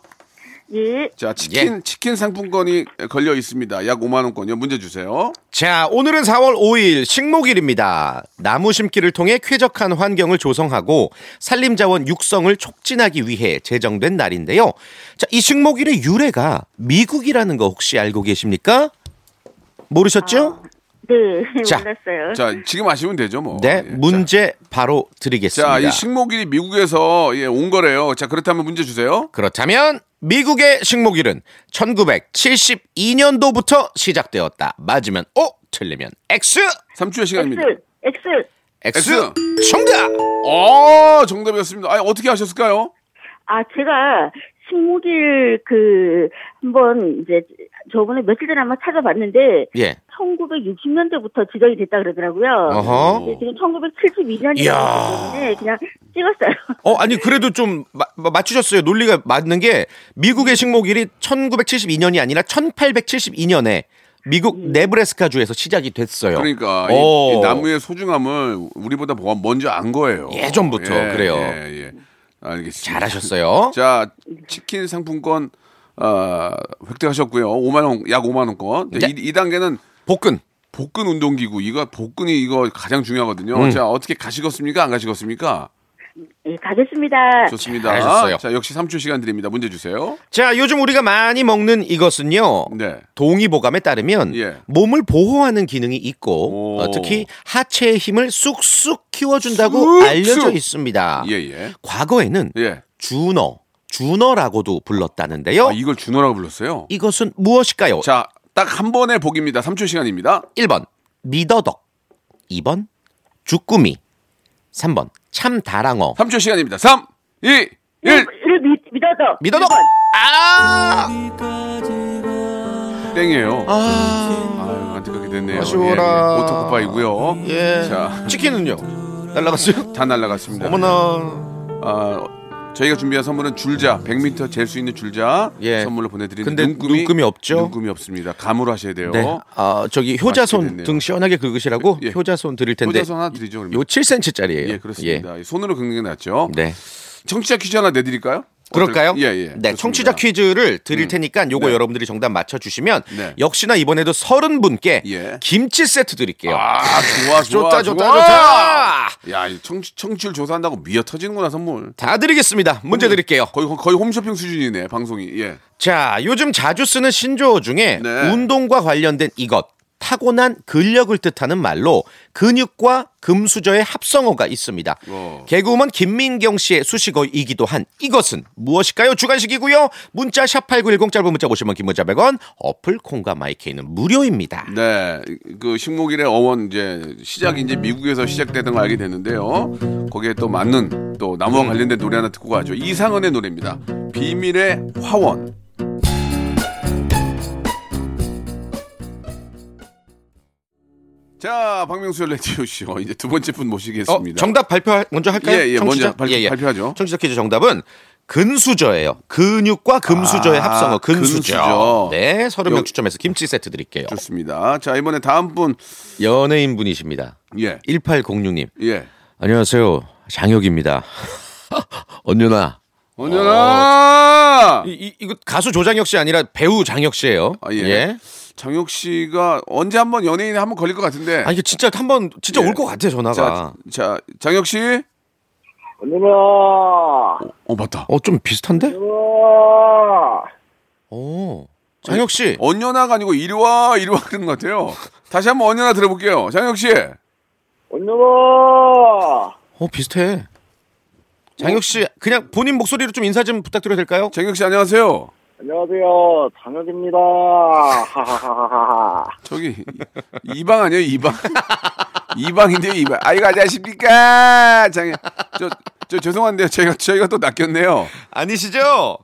[SPEAKER 9] 예.
[SPEAKER 3] 자, 치킨 치킨 상품권이 걸려 있습니다. 약 5만 원권요. 문제 주세요.
[SPEAKER 6] 자, 오늘은 4월 5일 식목일입니다. 나무 심기를 통해 쾌적한 환경을 조성하고 산림자원 육성을 촉진하기 위해 제정된 날인데요. 자, 이 식목일의 유래가 미국이라는 거 혹시 알고 계십니까? 모르셨죠?
[SPEAKER 9] 네,
[SPEAKER 6] 자.
[SPEAKER 9] 몰랐어요.
[SPEAKER 3] 자, 지금 아시면 되죠, 뭐.
[SPEAKER 6] 네,
[SPEAKER 3] 예,
[SPEAKER 6] 문제 바로 드리겠습니다.
[SPEAKER 3] 자, 이 식목일이 미국에서 예, 온 거래요. 자, 그렇다면 문제 주세요.
[SPEAKER 6] 그렇다면 미국의 식목일은 1972년도부터 시작되었다. 맞으면 O, 틀리면 X.
[SPEAKER 3] 3초의 시간입니다.
[SPEAKER 9] 엑셀, 엑셀.
[SPEAKER 6] X.
[SPEAKER 3] X.
[SPEAKER 6] 정답.
[SPEAKER 3] 어, 정답이었습니다. 아니, 어떻게 하셨을까요?
[SPEAKER 9] 아, 제가 식목일 그, 한번 이제 저번에 며칠 전에 한번 찾아봤는데,
[SPEAKER 6] 예.
[SPEAKER 9] 1960년대부터 지정이 됐다 그러더라고요.
[SPEAKER 6] 어허.
[SPEAKER 9] 근데 지금 1972년이기 때문에 그냥 찍었어요. <laughs>
[SPEAKER 6] 어, 아니, 그래도 좀 마- 마- 맞추셨어요. 논리가 맞는 게 미국의 식목일이 1972년이 아니라 1872년에 미국 네브래스카주에서 시작이 됐어요.
[SPEAKER 3] 음. 그러니까
[SPEAKER 6] 어.
[SPEAKER 3] 이, 이 나무의 소중함을 우리보다 뭐- 먼저 안 거예요.
[SPEAKER 6] 예전부터 그래요.
[SPEAKER 3] 예, 예. 알겠습니다.
[SPEAKER 6] 잘하셨어요.
[SPEAKER 3] <laughs> 자 치킨 상품권 어, 획득하셨고요. 5만 원, 약 5만 원권.
[SPEAKER 6] 네.
[SPEAKER 3] 이, 이 단계는
[SPEAKER 6] 복근.
[SPEAKER 3] 복근 운동기구. 이거 복근이 이거 가장 중요하거든요.
[SPEAKER 6] 음.
[SPEAKER 3] 자 어떻게 가시겠습니까? 안 가시겠습니까?
[SPEAKER 9] 예, 가겠습니다.
[SPEAKER 3] 좋습니다.
[SPEAKER 6] 잘하셨어요.
[SPEAKER 3] 자 역시 3초 시간 드립니다. 문제 주세요.
[SPEAKER 6] 자, 요즘 우리가 많이 먹는 이것은요.
[SPEAKER 3] 네.
[SPEAKER 6] 동의보감에 따르면
[SPEAKER 3] 예.
[SPEAKER 6] 몸을 보호하는 기능이 있고
[SPEAKER 3] 오.
[SPEAKER 6] 어, 특히 하체의 힘을 쑥쑥 키워준다고
[SPEAKER 3] 쑥쑥.
[SPEAKER 6] 알려져 있습니다.
[SPEAKER 3] 예예.
[SPEAKER 6] 과거에는
[SPEAKER 3] 예.
[SPEAKER 6] 준어, 준어라고도 불렀다는데요.
[SPEAKER 3] 아, 이걸 준호라고 불렀어요.
[SPEAKER 6] 이것은 무엇일까요?
[SPEAKER 3] 자 딱 한 번의 복입니다. 3초 시간입니다.
[SPEAKER 6] 1번 미더덕 2번 주꾸미 3번 참다랑어
[SPEAKER 3] 3초 시간입니다. 3, 2, 1.
[SPEAKER 9] 어, 이를 믿, 믿어서.
[SPEAKER 6] 미더덕 아
[SPEAKER 3] 땡이에요. 아유, 안타깝게 됐네요.
[SPEAKER 6] 아쉬워라.
[SPEAKER 3] 예, 오토쿠파이고요.
[SPEAKER 6] 예.
[SPEAKER 3] 자,
[SPEAKER 6] 치킨은요 날라갔어요
[SPEAKER 3] 다
[SPEAKER 6] 네.
[SPEAKER 3] 날라갔습니다.
[SPEAKER 6] 어머나
[SPEAKER 3] 아, 저희가 준비한 선물은 줄자, 100m 잴 수 있는 줄자
[SPEAKER 6] 예.
[SPEAKER 3] 선물로 보내드리는
[SPEAKER 6] 근데 눈금이 없죠?
[SPEAKER 3] 눈금이 없습니다. 감으로 하셔야 돼요.
[SPEAKER 6] 네. 아 저기
[SPEAKER 3] 어? 맛있게
[SPEAKER 6] 효자손
[SPEAKER 3] 됐네요.
[SPEAKER 6] 등 시원하게 긁으시라고
[SPEAKER 3] 예.
[SPEAKER 6] 효자손 드릴 텐데
[SPEAKER 3] 혼자서 하나 드리죠. 그러면.
[SPEAKER 6] 요 7cm짜리예요
[SPEAKER 3] 예, 그렇습니다. 손으로 긁는 게 낫죠.
[SPEAKER 6] 네
[SPEAKER 3] 청취자 퀴즈 하나 내드릴까요?
[SPEAKER 6] 그럴까요?
[SPEAKER 3] 어떨- 예, 예.
[SPEAKER 6] 네,
[SPEAKER 3] 좋습니다. 음.
[SPEAKER 6] 청취자 퀴즈를 드릴 테니까 요거 여러분들이 정답 맞춰 주시면
[SPEAKER 3] 네.
[SPEAKER 6] 역시나 이번에도 30분께
[SPEAKER 3] 예.
[SPEAKER 6] 김치 세트 드릴게요.
[SPEAKER 3] 아, 좋아, 좋아,
[SPEAKER 6] 좋다, 좋다, 좋다.
[SPEAKER 3] 야, 이 청취, 청취율 조사한다고 미어 터지는구나, 선물.
[SPEAKER 6] 다 드리겠습니다.
[SPEAKER 3] 음.
[SPEAKER 6] 문제 드릴게요.
[SPEAKER 3] 거의, 거의 홈쇼핑 수준이네, 방송이. 예.
[SPEAKER 6] 자, 요즘 자주 쓰는 신조어 중에
[SPEAKER 3] 네.
[SPEAKER 6] 운동과 관련된 이것 타고난 근력을 뜻하는 말로 근육과 금수저의 합성어가 있습니다. 개그우먼 김민경 씨의 수식어이기도 한 이것은 무엇일까요? 주간식이고요. 문자 샵 8910 짧은 문자 보시면 긴 문자 100원, 어플 콩과 마이케이는 무료입니다.
[SPEAKER 3] 네, 그 식목일의 어원 이제 시작이 이제 미국에서 시작되던 걸 알게 됐는데요. 거기에 또 맞는 또 나무와 관련된 노래 하나 듣고 가죠. 이상은의 노래입니다. 비밀의 화원. 자, 박명수의 라디오 쇼 이제 두 번째 분
[SPEAKER 6] 어,
[SPEAKER 3] 모시겠습니다.
[SPEAKER 6] 정답 발표 먼저 할까요?
[SPEAKER 3] 예, 예,
[SPEAKER 6] 청취자?
[SPEAKER 3] 먼저 발- 발표하죠.
[SPEAKER 6] 청취자 퀴즈 정답은 근수저예요. 근육과 금수저의
[SPEAKER 3] 아,
[SPEAKER 6] 합성어 근수저.
[SPEAKER 3] 근수저.
[SPEAKER 6] 네, 서른
[SPEAKER 3] 여-
[SPEAKER 6] 명 추첨해서 김치 세트 드릴게요.
[SPEAKER 3] 좋습니다. 자, 이번에 다음 분.
[SPEAKER 6] 연예인 분이십니다.
[SPEAKER 3] 예,
[SPEAKER 6] 1806님.
[SPEAKER 3] 예.
[SPEAKER 6] 안녕하세요. 장혁입니다. <laughs> 언유나.
[SPEAKER 3] 언제나
[SPEAKER 6] 이, 이, 이거 가수 조장혁 씨 아니라 배우 장혁 씨예요.
[SPEAKER 3] 아, 예. 장혁 씨가 언제 한번 연예인에 한번 걸릴 것 같은데.
[SPEAKER 6] 아 이게 진짜 한번 진짜
[SPEAKER 3] 예.
[SPEAKER 6] 올 것 같아 전화가.
[SPEAKER 3] 자, 자, 장혁 씨.
[SPEAKER 9] 누나
[SPEAKER 3] 어, 맞다.
[SPEAKER 6] 어 좀 비슷한데?
[SPEAKER 9] 누나
[SPEAKER 6] 어. 장혁 씨.
[SPEAKER 3] 언연아가 아니고 이리 와 이리 와 그런 것 같아요. 다시 한번 언연아 들어볼게요. 장혁 씨.
[SPEAKER 9] 누나
[SPEAKER 6] 어 비슷해. 장혁 씨 그냥 본인 목소리로 좀 인사 좀 부탁드려도 될까요?
[SPEAKER 3] 장혁 씨 안녕하세요.
[SPEAKER 9] 안녕하세요 장혁입니다 하하하하하
[SPEAKER 3] 저기 이- 이방 아니에요 이방. <laughs> 이방인데요 이방. 아이고 안녕하십니까 장혁. 저, 저 죄송한데요 제가 저희가 또 낚였네요.
[SPEAKER 6] 아니시죠?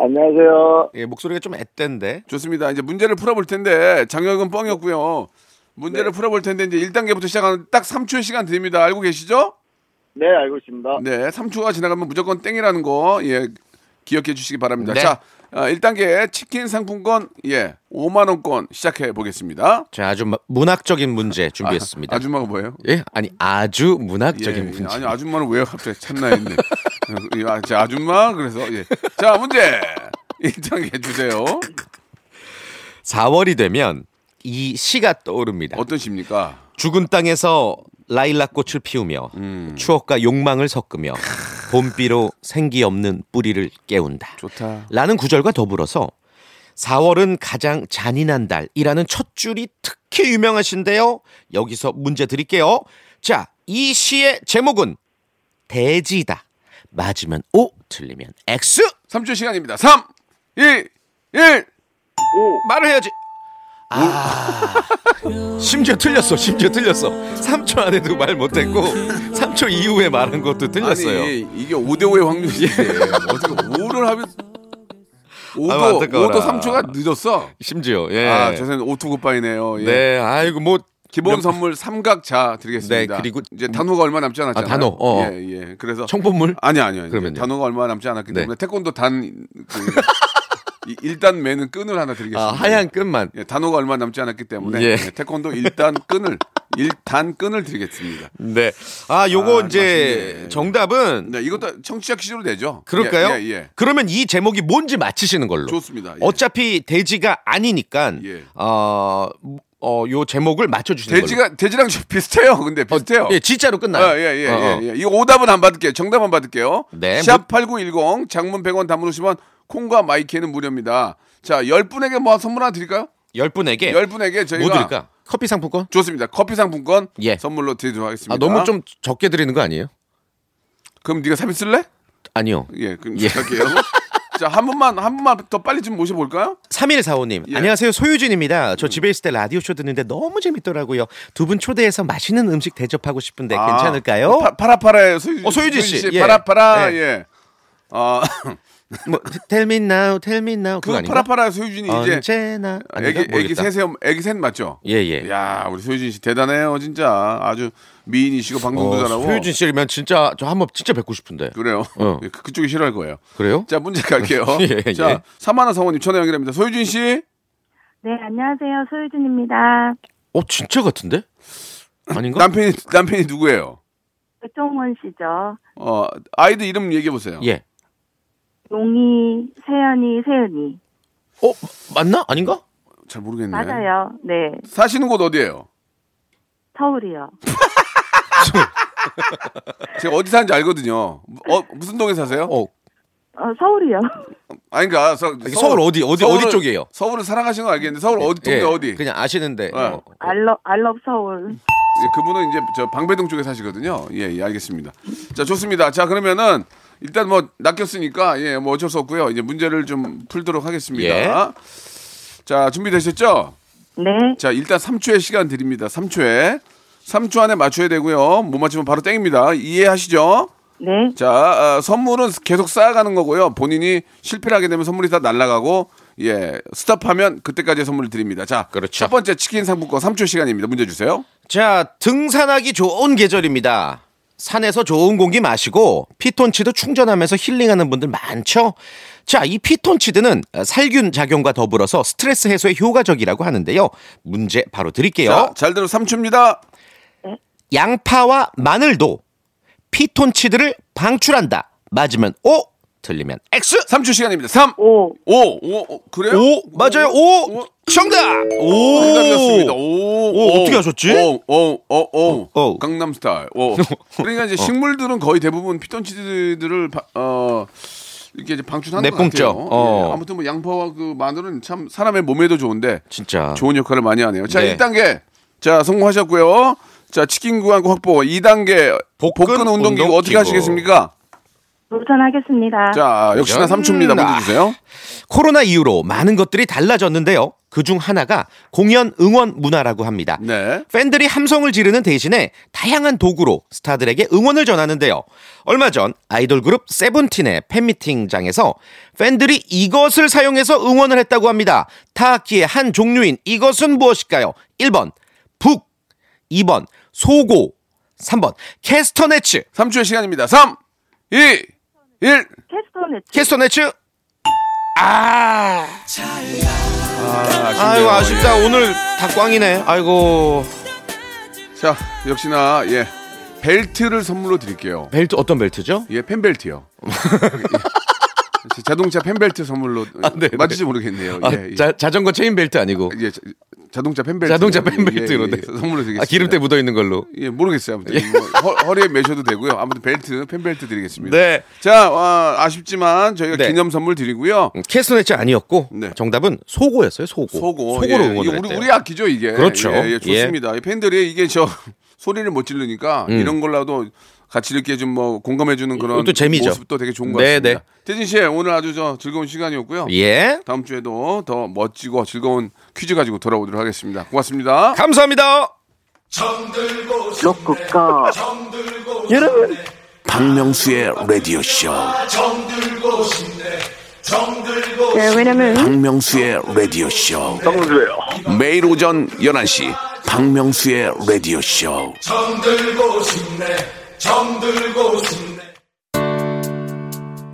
[SPEAKER 9] 안녕하세요
[SPEAKER 6] 예 목소리가 좀 앳된데.
[SPEAKER 3] 좋습니다. 이제 문제를 풀어볼 텐데 장혁은 뻥이었고요.
[SPEAKER 6] 네.
[SPEAKER 3] 문제를 풀어볼 텐데 이제 1단계부터 시작하는 딱 3초의 시간 드립니다. 알고 계시죠?
[SPEAKER 9] 네 알고 있습니다
[SPEAKER 3] 네, 3초가 지나가면 무조건 땡이라는 거, 예, 기억해 주시기 바랍니다.
[SPEAKER 6] 네.
[SPEAKER 3] 자, 아, 1단계 치킨 상품권, 예, 5만원권 시작해 보겠습니다.
[SPEAKER 6] 자 아주 마- 문학적인 문제 준비했습니다.
[SPEAKER 3] 아, 줌마가 뭐예요?
[SPEAKER 6] 예 아니 아주
[SPEAKER 3] 예,
[SPEAKER 6] 문학적인
[SPEAKER 3] 예.
[SPEAKER 6] 문제.
[SPEAKER 3] 아니, 아줌마는 왜 갑자기 찾나 했네. 아, 자, 아줌마? 그래서, 예. 자, 문제! 1단계 주세요.
[SPEAKER 6] 4월이 되면 이 시가 떠오릅니다.
[SPEAKER 3] 어떤 시입니까?
[SPEAKER 6] 죽은 땅에서 라일락 꽃을 피우며 추억과 욕망을 섞으며 봄비로 생기 없는 뿌리를 깨운다.
[SPEAKER 3] 좋다.
[SPEAKER 6] 라는 구절과 더불어서 4월은 가장 잔인한 달이라는 첫 줄이 특히 유명하신데요. 여기서 문제 드릴게요. 자, 이 시의 제목은 대지다. 맞으면 O, 틀리면 X.
[SPEAKER 3] 3초 시간입니다. 3, 2, 1!
[SPEAKER 6] 말을 해야지. 아. <laughs> 심지어 틀렸어. 심지어 틀렸어. 3초 안에도 말 못했고 3초 이후에 말한 것도 틀렸어요. 예.
[SPEAKER 3] 아니, 이게 5대5의
[SPEAKER 6] <laughs>
[SPEAKER 3] 확률이. 어떻게 5를 하면. 5도,
[SPEAKER 6] 안타까워라.
[SPEAKER 3] 5도 3초가 늦었어.
[SPEAKER 6] 심지어 예.
[SPEAKER 3] 아, 죄송합니다. 오투굿바이네요. 예.
[SPEAKER 6] 네. 아이고 뭐
[SPEAKER 3] 기본 선물 삼각자 드리겠습니다.
[SPEAKER 6] 네, 그리고-
[SPEAKER 3] 이제 단호가 얼마 남지 않았잖아요.
[SPEAKER 6] 아, 단호, 어, 어.
[SPEAKER 3] 예, 예. 그래서
[SPEAKER 6] 청본물
[SPEAKER 3] 아니 아니요. 아니요.
[SPEAKER 6] 그러면요.
[SPEAKER 3] 단호가 얼마 남지 않았기
[SPEAKER 6] 네.
[SPEAKER 3] 때문에 태권도 단 그, 이- 일단 매는 끈을 하나 드리겠습니다.
[SPEAKER 6] 아, 하얀 끈만.
[SPEAKER 3] 예, 단호가 얼마 남지 않았기 때문에
[SPEAKER 6] 예.
[SPEAKER 3] 예, 태권도 일단 끈을 일단 끈을 드리겠습니다.
[SPEAKER 6] 네. 아, 요거
[SPEAKER 3] 아,
[SPEAKER 6] 이제
[SPEAKER 3] 맞네.
[SPEAKER 6] 정답은
[SPEAKER 3] 네, 이것도 청취자 퀴즈로 되죠?
[SPEAKER 6] 그럴까요?
[SPEAKER 3] 예, 예. 예.
[SPEAKER 6] 그러면 이 제목이 뭔지 맞히시는 걸로.
[SPEAKER 3] 좋습니다. 예.
[SPEAKER 6] 어차피 돼지가 아니니까
[SPEAKER 3] 예.
[SPEAKER 6] 어, 어, 요 제목을 맞춰 주시는 걸로.
[SPEAKER 3] 돼지가 돼지랑 좀 비슷해요. 근데 비슷해요.
[SPEAKER 6] 어, 예, 진짜로 끝나요.
[SPEAKER 3] 아, 예, 예,
[SPEAKER 6] 어, 어.
[SPEAKER 3] 예, 예. 이 오답은 안 받을게요. 정답만 받을게요.
[SPEAKER 6] 네,
[SPEAKER 3] 샵8910 장문 100원 담문 50원 콩과 마이키는 무료입니다. 자, 10분에게 뭐 선물 하나 드릴까요?
[SPEAKER 6] 열 분에게
[SPEAKER 3] 열 10분에게 저희가
[SPEAKER 6] 뭐 드릴까? 커피 상품권?
[SPEAKER 3] 좋습니다. 커피 상품권
[SPEAKER 6] 예.
[SPEAKER 3] 선물로 드리도록 하겠습니다.
[SPEAKER 6] 아, 너무 좀 적게 드리는 거 아니에요?
[SPEAKER 3] 그럼 네가 삽입 쓸래?
[SPEAKER 6] 아니요.
[SPEAKER 3] 예, 그럼
[SPEAKER 6] 예. <laughs>
[SPEAKER 3] 부탁할게요. 자, 한 분만 한 분만 더 빨리 좀 모셔 볼까요?
[SPEAKER 6] 3145님,
[SPEAKER 3] 예. 음.
[SPEAKER 6] 안녕하세요. 소유진입니다. 저 집에 있을 때 라디오쇼 듣는데 너무 재밌더라고요. 두 분 초대해서 맛있는 음식 대접하고 싶은데 아,
[SPEAKER 3] 아, 뭐
[SPEAKER 6] 괜찮을까요?
[SPEAKER 3] 파라파라의 소유진,
[SPEAKER 6] 어, 소유진 씨. 예.
[SPEAKER 3] 파라파라.
[SPEAKER 6] 예.
[SPEAKER 3] 예. 아,
[SPEAKER 6] 뭐, tell me now, tell me now.
[SPEAKER 3] 그
[SPEAKER 6] 그거 아닌가?
[SPEAKER 3] 파라파라 소유진이 이제
[SPEAKER 6] 언제나.
[SPEAKER 3] 애기
[SPEAKER 6] 아닌가?
[SPEAKER 3] 애기
[SPEAKER 6] 모르겠다.
[SPEAKER 3] 셋에 애기 셋 맞죠?
[SPEAKER 6] 예, 예.
[SPEAKER 3] 야 우리 소유진 씨 대단해요 진짜 아주 미인이시고 방송도
[SPEAKER 6] 어,
[SPEAKER 3] 잘하고
[SPEAKER 6] 소유진 씨면 진짜 저 한번 진짜 뵙고 싶은데.
[SPEAKER 3] 그래요
[SPEAKER 6] 어.
[SPEAKER 3] <laughs> 그- 그쪽이 싫어할 거예요
[SPEAKER 6] 그래요?
[SPEAKER 3] 자 문제 갈게요
[SPEAKER 6] <laughs> 예,
[SPEAKER 3] 자
[SPEAKER 6] 예.
[SPEAKER 3] 사만원 성원님 전화 연결합니다 소유진 씨
[SPEAKER 9] 네 안녕하세요 소유진입니다
[SPEAKER 6] 어, 진짜 같은데? 아닌가?
[SPEAKER 3] 남편이 남편이 누구예요
[SPEAKER 9] 백종원 씨죠
[SPEAKER 3] 어 아이들 이름 얘기해 보세요
[SPEAKER 6] 예.
[SPEAKER 9] 용희 세연이 세연이
[SPEAKER 6] 어, 맞나? 아닌가?
[SPEAKER 3] 잘 모르겠네
[SPEAKER 9] 맞아요 네
[SPEAKER 3] 사시는 곳 어디예요
[SPEAKER 9] 서울이요
[SPEAKER 3] 제가 어디 사는지 알거든요 어 무슨 동에 사세요
[SPEAKER 6] 어,
[SPEAKER 9] 어,
[SPEAKER 3] <laughs>
[SPEAKER 9] 서울이요.
[SPEAKER 3] 아니 그러니까 서,
[SPEAKER 6] 서울 어디, 어디, 어디 쪽이에요?
[SPEAKER 3] 서울을 사랑하시는 거 알겠는데 서울 어디 동네
[SPEAKER 6] 예,
[SPEAKER 3] 어디?
[SPEAKER 6] 그냥 아시는데.
[SPEAKER 3] 예.
[SPEAKER 6] 어.
[SPEAKER 9] 알럽 알럽 서울.
[SPEAKER 3] 예, 그분은 이제 저 방배동 쪽에 사시거든요. 예, 예, 알겠습니다. 자, 좋습니다. 자, 그러면은 일단 뭐 낚였으니까 예, 뭐 어쩔 수 없고요. 이제 문제를 좀 풀도록 하겠습니다.
[SPEAKER 6] 예.
[SPEAKER 3] 자, 준비되셨죠?
[SPEAKER 9] 네.
[SPEAKER 3] 자, 일단 3초의 시간 드립니다. 3초에. 3초 안에 맞춰야 되고요. 못 맞추면 바로 땡입니다. 이해하시죠?
[SPEAKER 9] 네.
[SPEAKER 3] 자, 어, 선물은 계속 쌓아가는 거고요. 본인이 실패를 하게 되면 선물이 다 날아가고, 예, 스탑하면 그때까지의 선물을 드립니다. 자,
[SPEAKER 6] 그렇죠.
[SPEAKER 3] 첫 번째 치킨 상품권 3초 시간입니다. 문제 주세요.
[SPEAKER 6] 자, 등산하기 좋은 계절입니다. 산에서 좋은 공기 마시고 피톤치드 충전하면서 힐링하는 분들 많죠? 자, 이 피톤치드는 살균 작용과 더불어서 스트레스 해소에 효과적이라고 하는데요. 문제 바로 드릴게요.
[SPEAKER 3] 자, 잘 들어 3초입니다.
[SPEAKER 6] 양파와 마늘도 피톤치드를 방출한다. 맞으면 O, 틀리면 X.
[SPEAKER 3] 3초 시간입니다. 3,
[SPEAKER 9] 오.
[SPEAKER 3] 5, 5, 그래요?
[SPEAKER 6] O 맞아요. O,
[SPEAKER 3] 네? 오.
[SPEAKER 6] 정답. 오.
[SPEAKER 3] 정답이었습니다. 오,
[SPEAKER 6] 오, 어떻게 하셨지? 어,
[SPEAKER 3] 오, 오, 오, 오.
[SPEAKER 6] 오.
[SPEAKER 3] 강남스타일.
[SPEAKER 6] <laughs>
[SPEAKER 3] 오. 그러니까
[SPEAKER 6] 어.
[SPEAKER 3] 이제 식물들은 거의 대부분 피톤치드들을 바- 어 이렇게 이제 방출하는 것
[SPEAKER 6] 내뿜죠.
[SPEAKER 3] 같아요.
[SPEAKER 6] 어.
[SPEAKER 3] 예, 아무튼 뭐 양파와 그 마늘은 참 사람의 몸에도 좋은데
[SPEAKER 6] 진짜.
[SPEAKER 3] 좋은 역할을 많이 하네요. 자,
[SPEAKER 6] 네.
[SPEAKER 3] 1단계. 자, 성공하셨고요. 자, 치킨 구간고 확보. 2단계 복근,
[SPEAKER 6] 복근
[SPEAKER 3] 운동기구
[SPEAKER 6] 운동기구.
[SPEAKER 3] 어떻게 하시겠습니까?
[SPEAKER 9] 도전하겠습니다.
[SPEAKER 3] 자, 역시나
[SPEAKER 6] 도전.
[SPEAKER 3] 3초입니다. 문제
[SPEAKER 6] 아.
[SPEAKER 3] 주세요.
[SPEAKER 6] 코로나 이후로 많은 것들이 달라졌는데요. 그 중 하나가 공연 응원 문화라고 합니다.
[SPEAKER 3] 네.
[SPEAKER 6] 팬들이 함성을 지르는 대신에 다양한 도구로 스타들에게 응원을 전하는데요. 얼마 전 아이돌 그룹 세븐틴의 팬미팅장에서 팬들이 이것을 사용해서 응원을 했다고 합니다. 타악기의 한 종류인 이것은 무엇일까요? 1번 북, 2번 소고, 3번 캐스터네츠.
[SPEAKER 3] 3초의 시간입니다. 3, 2, 1.
[SPEAKER 9] 캐스터넷.
[SPEAKER 6] 캐스터네츠. 아,
[SPEAKER 3] 아쉽네요.
[SPEAKER 6] 아이고 아쉽다. 오늘 다 꽝이네. 아이고
[SPEAKER 3] 자, 역시나 예 벨트를 선물로 드릴게요.
[SPEAKER 6] 벨트 어떤 벨트죠?
[SPEAKER 3] 예, 펜벨트요. <laughs> 예. 자동차 펜벨트 선물로
[SPEAKER 6] 네, 네.
[SPEAKER 3] 맞을지 모르겠네요.
[SPEAKER 6] 아,
[SPEAKER 3] 예, 예.
[SPEAKER 6] 자, 자전거 체인 벨트 아니고
[SPEAKER 3] 예, 자, 자동차 펜벨트.
[SPEAKER 6] 자동차
[SPEAKER 3] 예, 예,
[SPEAKER 6] 팬벨트로
[SPEAKER 3] 예, 예, 선물로 드리겠습니다.
[SPEAKER 6] 아, 기름때 묻어 있는 걸로.
[SPEAKER 3] 예, 모르겠어요. 아무튼 뭐, 허, 리에 매셔도 되고요. 아무튼 벨트, 펜벨트 드리겠습니다.
[SPEAKER 6] 네.
[SPEAKER 3] 자, 아, 아쉽지만 저희가
[SPEAKER 6] 네.
[SPEAKER 3] 기념 선물 드리고요.
[SPEAKER 6] 음, 캐스네츠 아니었고
[SPEAKER 3] 네.
[SPEAKER 6] 정답은 소고였어요. 소고.
[SPEAKER 3] 소고.
[SPEAKER 6] 소고로
[SPEAKER 3] 예, 이게
[SPEAKER 6] 응원을
[SPEAKER 3] 우리,
[SPEAKER 6] 했대요.
[SPEAKER 3] 우리 악기죠, 이게.
[SPEAKER 6] 그렇죠.
[SPEAKER 3] 예, 예, 좋습니다. 팬들이 이게 저 <laughs> 소리를 못 지르니까
[SPEAKER 6] 음.
[SPEAKER 3] 이런 걸라도 같이 이렇게 좀 뭐 공감해주는 그런
[SPEAKER 6] 이것도 재미죠.
[SPEAKER 3] 모습도 되게 좋은 것
[SPEAKER 6] 네,
[SPEAKER 3] 같습니다.
[SPEAKER 6] 네.
[SPEAKER 3] 태진 씨, 오늘 아주 저 즐거운 시간이었고요.
[SPEAKER 6] 예.
[SPEAKER 3] 다음 주에도 더 멋지고 즐거운 퀴즈 가지고 돌아오도록 하겠습니다. 고맙습니다.
[SPEAKER 6] 감사합니다.
[SPEAKER 9] 로쿠꺼.
[SPEAKER 1] 박명수의 라디오 쇼.
[SPEAKER 9] 네, 왜냐면
[SPEAKER 1] 박명수의 라디오 쇼. 매일 오전 11시 박명수의 라디오 쇼.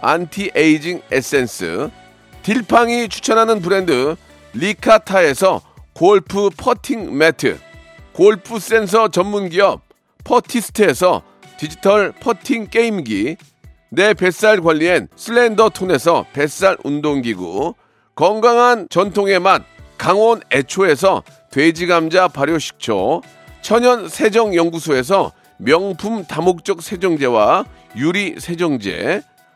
[SPEAKER 3] 안티에이징 에센스 딜팡이 추천하는 브랜드 리카타에서 골프 퍼팅 매트 골프 센서 전문 기업 퍼티스트에서 디지털 퍼팅 게임기 내 뱃살 관리엔 슬렌더 톤에서 뱃살 운동기구 건강한 전통의 맛 강원 애초에서 돼지 감자 발효식초 천연 세정 연구소에서 명품 다목적 세정제와 유리 세정제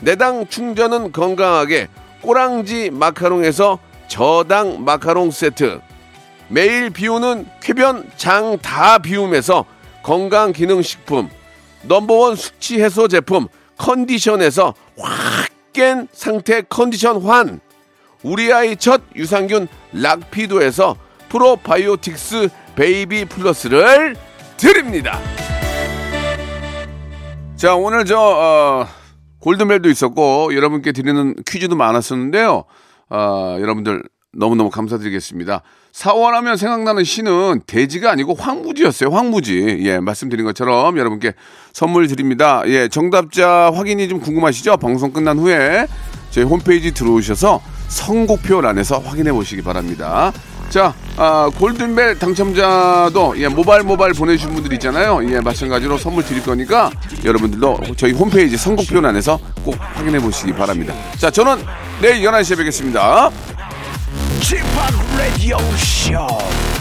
[SPEAKER 3] 내당 충전은 건강하게 꼬랑지 마카롱에서 저당 마카롱 세트 매일 비우는 쾌변 장 다 비움에서 건강 기능 식품 넘버원 숙취 해소 제품 컨디션에서 확 깬 상태 컨디션 환 우리 아이 첫 유산균 락피도에서 프로바이오틱스 베이비 플러스를 드립니다. 자 오늘 저 어, 골든벨도 있었고 여러분께 드리는 퀴즈도 많았었는데요. 아, 여러분들 너무너무 감사드리겠습니다. 4월 하면 생각나는 시는 돼지가 아니고 황무지였어요. 황무지. 예, 말씀드린 것처럼 여러분께 선물 드립니다. 예, 정답자 확인이 좀 궁금하시죠? 방송 끝난 후에 저희 홈페이지 들어오셔서 선곡표란에서 확인해 보시기 바랍니다. 자, 아, 골든벨 당첨자도 예, 모발 모발 보내주신 분들 있잖아요. 예, 마찬가지로 선물 드릴 거니까 여러분들도 저희 홈페이지 선곡표란에서 꼭 확인해 보시기 바랍니다. 자, 저는 내일 11시에 뵙겠습니다.
[SPEAKER 1] 지팍 라디오 쇼